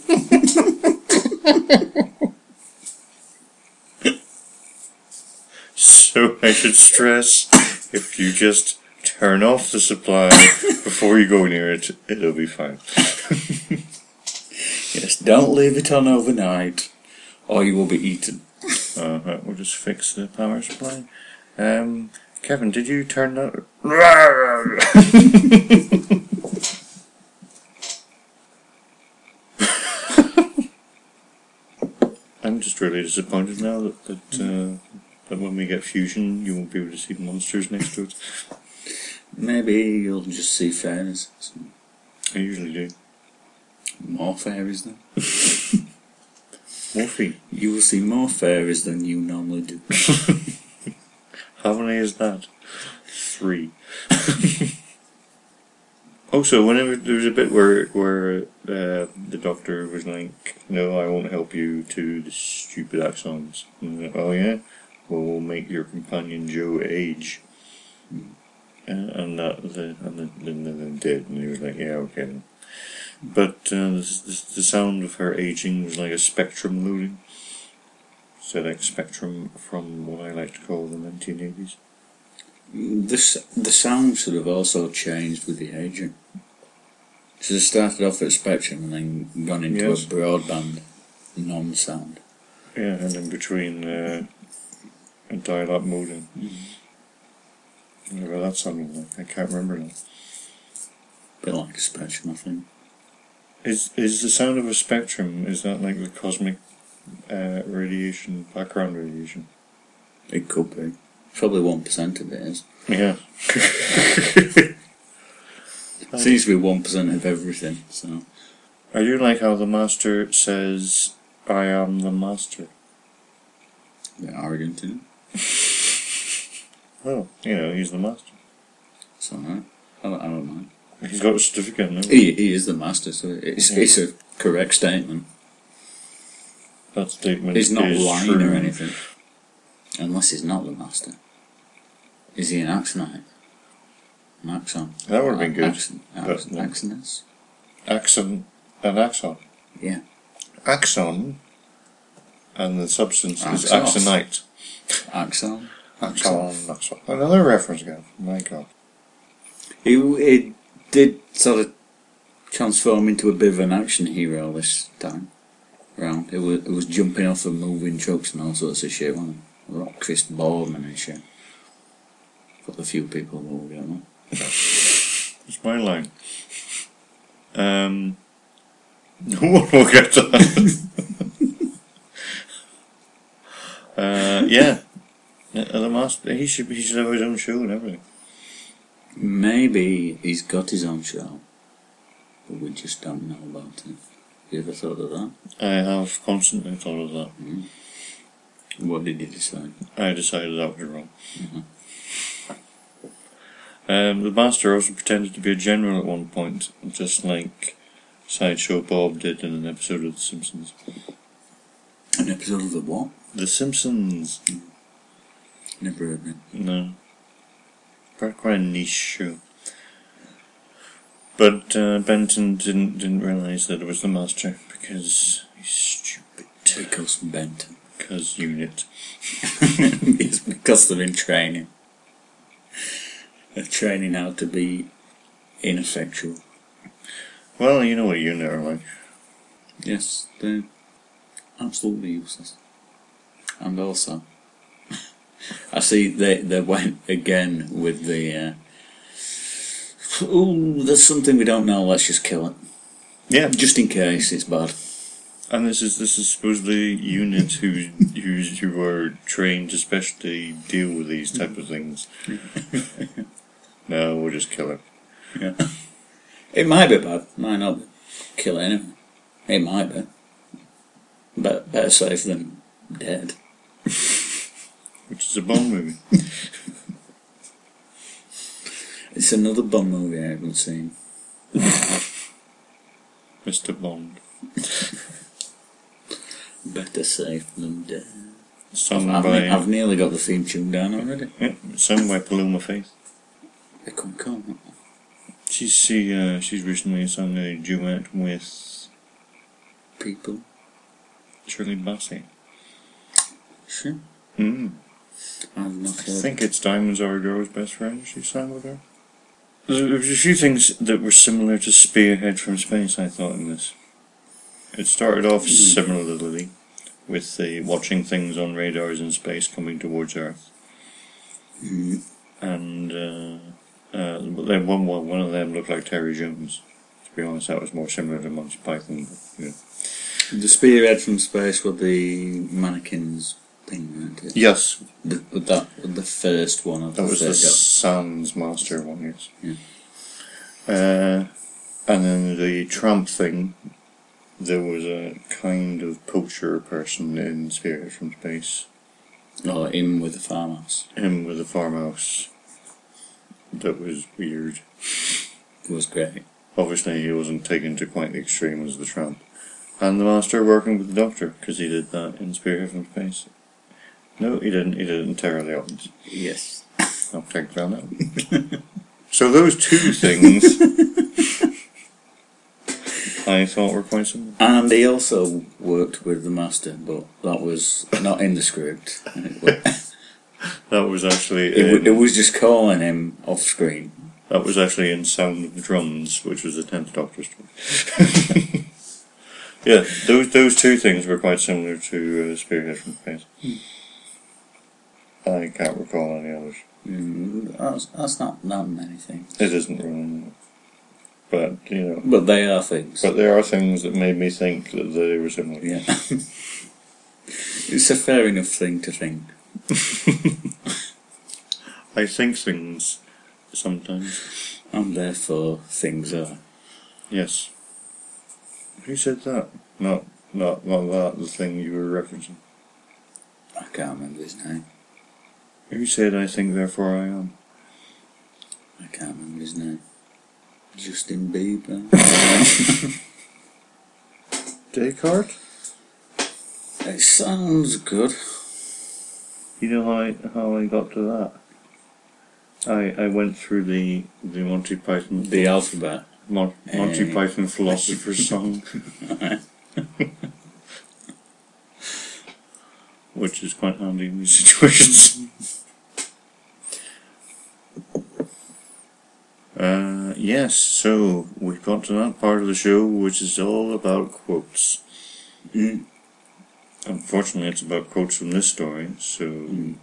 A: so I should stress if you just turn off the supply before you go near it, it'll be fine.
B: Yes, don't leave it on overnight, or you will be eaten.
A: Uh, right, we'll just fix the power supply. Um, Kevin, did you turn that? I'm just really disappointed now that that, uh, that when we get fusion, you won't be able to see the monsters next to it.
B: Maybe you'll just see fairies.
A: I usually do.
B: More fairies then.
A: Morphe,
B: You will see more fairies than you normally do.
A: how many is that? Three. Also, whenever there was a bit where where uh, the doctor was like, "No, I won't help you to the stupid axons." And I'm like, oh yeah, well we'll make your companion Joe age. Uh, and that the, and then then then did, and he was like, "Yeah, okay." then." But uh, the, the, the sound of her aging was like a spectrum loading. So like spectrum from what I like to call the 1980s.
B: The, s- the sound should have also changed with the aging. So they started off at Spectrum and then gone into
A: Yes.
B: a broadband non sound.
A: Yeah, and in between uh, a dial-up modem. Whatever that sounded like, I can't remember now.
B: bit like a Spectrum, I think.
A: Is is the sound of a spectrum? Is that like the cosmic uh, radiation, background radiation?
B: It could be. Probably 1% of it is.
A: Yeah.
B: Seems to be 1% of everything, so.
A: I do like how the master says, I am the master.
B: A bit arrogant, isn't it?
A: Well, you know, he's the master.
B: It's alright. I don't, I don't mind.
A: He's got a certificate now.
B: He, he is the master, so it's,
A: Yeah.
B: it's a correct statement.
A: That statement
B: He's not
A: is
B: lying
A: true.
B: or anything. Unless he's not the master. Is he an axonite? An axon?
A: That would've been good,
B: Axon,
A: but
B: axon,
A: no.
B: axonus?
A: Axon and axon.
B: Yeah.
A: Axon and the substance is
B: Axos.
A: axonite.
B: Axon?
A: Axon, axon. Another reference again. My god.
B: He, he did sort of transform into a bit of an action hero this time round. It was, it was jumping off of moving trucks and all sorts of shit, wasn't it? Rock Chris Boardman and shit. Got the few people that will get that.
A: It's my line. Um, no one will get that. uh, yeah. Yeah, The master, he should he should have his own show and everything.
B: Maybe he's got his own show, but we just don't know about it. You ever thought of that?
A: I have constantly thought of that.
B: What did you decide?
A: I decided that was wrong. Um, the master also pretended to be a general at one point, just like Sideshow Bob did in an episode of The Simpsons.
B: An episode of The What?
A: The Simpsons,
B: Never heard it.
A: no, quite quite a niche show. But uh, Benton didn't didn't realise that it was the master because he's stupid.
B: Because Benton.
A: Because unit.
B: it's because they're in training. They're training how to be ineffectual.
A: Well, you know what unit are like.
B: Yes, they're absolutely useless. And also, I see they they went again with the. Uh, Ooh, there's something we don't know. Let's just kill it,
A: Yeah,
B: just in case it's bad.
A: And this is this is supposedly units who who who are trained to specially deal with these type of things. no, we'll just kill him.
B: It might be bad. Might not be. Kill it anyway. It might be. But better safe than dead.
A: Which is a Bond movie.
B: It's another Bond movie I haven't seen.
A: Mr. Bond.
B: Better safe than dead.
A: Sung
B: I've,
A: by
B: ne- I've nearly got the theme tune down already.
A: yeah, sung by Paloma Faith.
B: I can't come.
A: She's she uh, she's recently sung a duet with
B: People.
A: Shirley Bassey.
B: Sure.
A: Mm.
B: I've not
A: I
B: heard.
A: think it's Diamonds Are a Girl's Best Friend she sang with her. There there was a few things that were similar to Spearhead from Space, I thought, in this. It started off similarly, with the watching things on radars in space coming towards Earth.
B: Mm,
A: And uh, uh, but then one, one one of them looked like Terry Jones. To be honest, that was more similar to Monty Python. But, you know.
B: the spearhead from space with the mannequins thing, weren't it?
A: Yes,
B: The, with that, with the first one of
A: That
B: the
A: was the
B: third guy.
A: Sans Master one, yes.
B: Yeah.
A: Uh, and then the tramp thing, there was a kind of poacher person in Spirit from Space,
B: No, Oh, him with the farmhouse
A: him with a farmhouse. That was weird.
B: was great.
A: Obviously, he wasn't taken to quite the extreme as the tramp. And the master working with the doctor, because he did that in Spirit from Space. No, he didn't. He did it in Terra Leotin's.
B: Yes.
A: I'll take that out. so those two things I thought were quite similar.
B: And he also worked with the master, but that was not in the script. It wa-
A: That was actually
B: it,
A: in,
B: wa- it was just calling him off screen.
A: that was actually in Sound of the Drums, which was the tenth Doctor story. yeah, those those two things were quite similar to uh, Spearhead from Space. I can't recall any others.
B: Mm, that's, that's not that many things.
A: It isn't really, but you know.
B: But they are things.
A: But there are things that made me think that they were similar.
B: yeah. it's a fair enough thing to think.
A: I think things sometimes.
B: And therefore, things are.
A: Yes. Who said that? Not, not, not that, the thing you were referencing.
B: I can't remember his name.
A: Who said, I think, therefore I am?
B: I can't remember his name. Justin Bieber.
A: Descartes?
B: it sounds good.
A: You know how I, how I got to that? I, I went through the, the Monty Python
B: The alphabet.
A: Mon- Monty
B: Eh.
A: Python philosopher's song, which is quite handy in these situations. uh, yes, so we've got to that part of the show which is all about quotes.
B: Mm.
A: Unfortunately, it's about quotes from this story, so
B: Mm,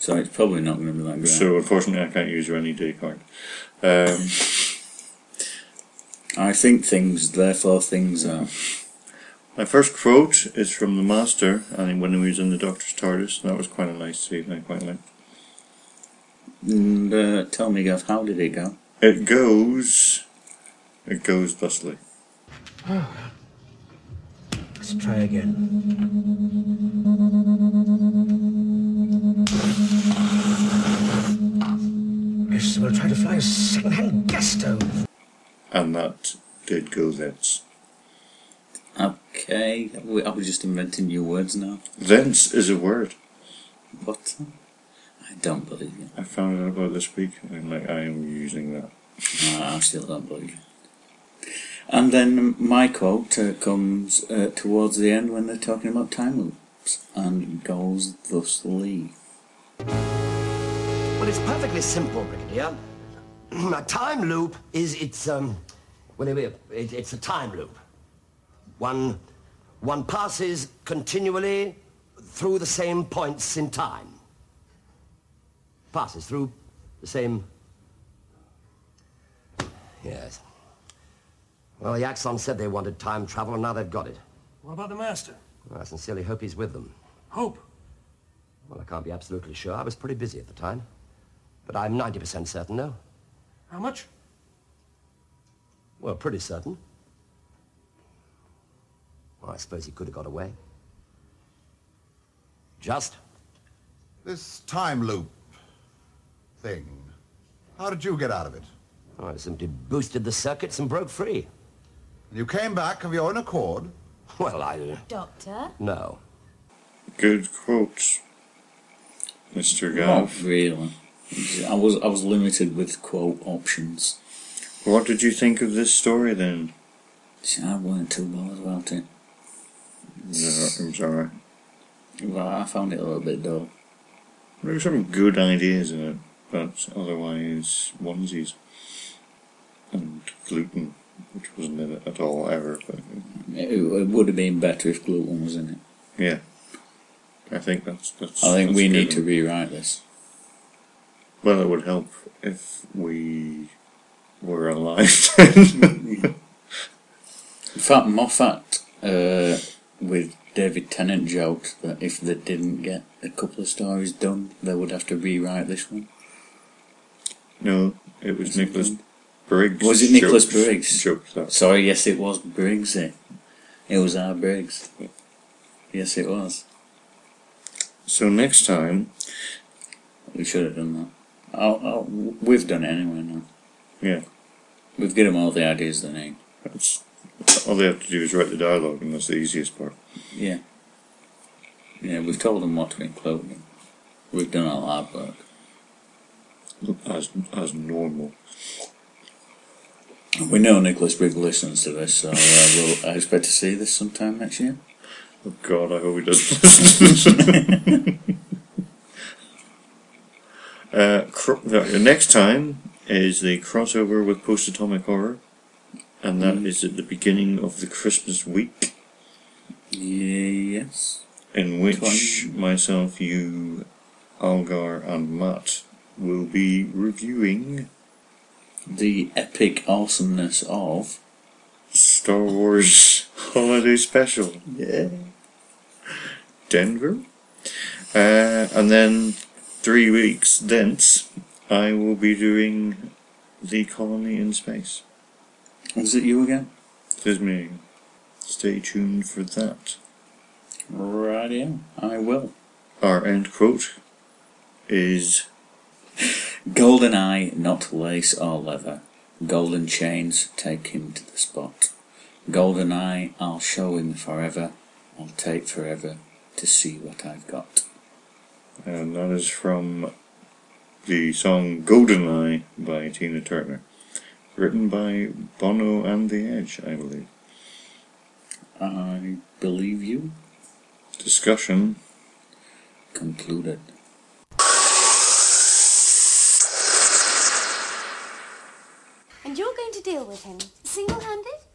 B: So it's probably not going to be that great.
A: so unfortunately I can't use your any day card. Um,
B: I think things, therefore things are.
A: My first quote is from the master, and when he was in the doctor's TARDIS, and that was quite a nice scene. I quite liked.
B: And uh, tell me, Gav, how did it go?
A: It goes, it goes thusly.
C: Let's try again. Yes, we'll try to fly a second-hand gasto.
A: and that did go thence.
B: Okay, we- are we just inventing new words now?
A: Thence is a word
B: What? I don't believe you.
A: I found out about this week, and I'm like, I am using that.
B: No, I Ah, still don't believe you. And then my quote uh, comes uh, towards the end when they're talking about time loops and goes thusly.
D: Well, it's perfectly simple, Brigadier. a time loop is it's um, well, it, it, it's a time loop. One, one passes continually through the same points in time. Passes through the same. Yes. Well, the Axon said they wanted time travel, and now they've got it.
E: What about the master?
D: I sincerely hope he's with them.
E: Hope.
D: Well, I can't be absolutely sure. I was pretty busy at the time. But I'm 90% certain, no?
E: How much?
D: Well, pretty certain. Well, I suppose he could have got away. Just?
F: This time loop thing. How did you get out of it?
D: Oh, I simply boosted the circuits and broke free.
F: You came back of your own accord.
D: Well, I... uh,
G: Doctor?
D: No.
A: Good quotes, Mr. Gav.
B: Not really. I was I was limited with quote options.
A: What did you think of this story then?
B: See, I weren't too bothered about it.
A: No, I'm sorry.
B: Well, I found it a little bit dull.
A: There were some good ideas in it, but otherwise onesies and gluten, which wasn't in it at all ever. But
B: It, it would have been better if gluten was in it.
A: yeah, I think that's that's.
B: I think
A: that's
B: we
A: a good
B: need
A: one.
B: to rewrite this.
A: Well, it would help if we were alive then.
B: In fact, Moffat uh, with David Tennant joked that if they didn't get a couple of stories done, they would have to rewrite this one.
A: no, it was Nicholas Briggs.
B: Was it Nicholas
A: joked-
B: Briggs?
A: Joked that.
B: Sorry, yes, it was Briggs. It, it was our Briggs. Yes, it was.
A: So next time,
B: We should have done that. I'll, I'll, we've done it anyway now.
A: yeah,
B: We've given them all the ideas they need.
A: that's, all they have to do is write the dialogue, and that's the easiest part.
B: Yeah. Yeah, we've told them what to include. We've done all our work.
A: As as normal.
B: We know Nicholas Briggs listens to this, so uh, we'll, I expect to see this sometime next year.
A: Oh God, I hope he doesn't listen. uh, cro- no, the next time is the crossover with post atomic horror, and that is at the beginning of the Christmas week,
B: Yes.
A: in which
B: Twen-
A: myself, you, Algar, and Matt will be reviewing
B: The epic awesomeness of.
A: Star Wars Holiday Special.
B: Yeah.
A: Denver. Uh, and then three weeks thence, I will be doing The Colony in Space.
B: Was it you again?
A: There's me. Stay tuned for that.
B: Radio. I will.
A: Our end quote is
B: Golden eye, not lace or leather. Golden chains take him to the spot. Golden eye, I'll show him forever. I'll take forever to see what I've got.
A: and that is from the song Goldeneye by Tina Turner. Written by Bono and the Edge, I believe.
B: I believe you.
A: Discussion
B: Concluded.
G: And you're going to deal with him single handed?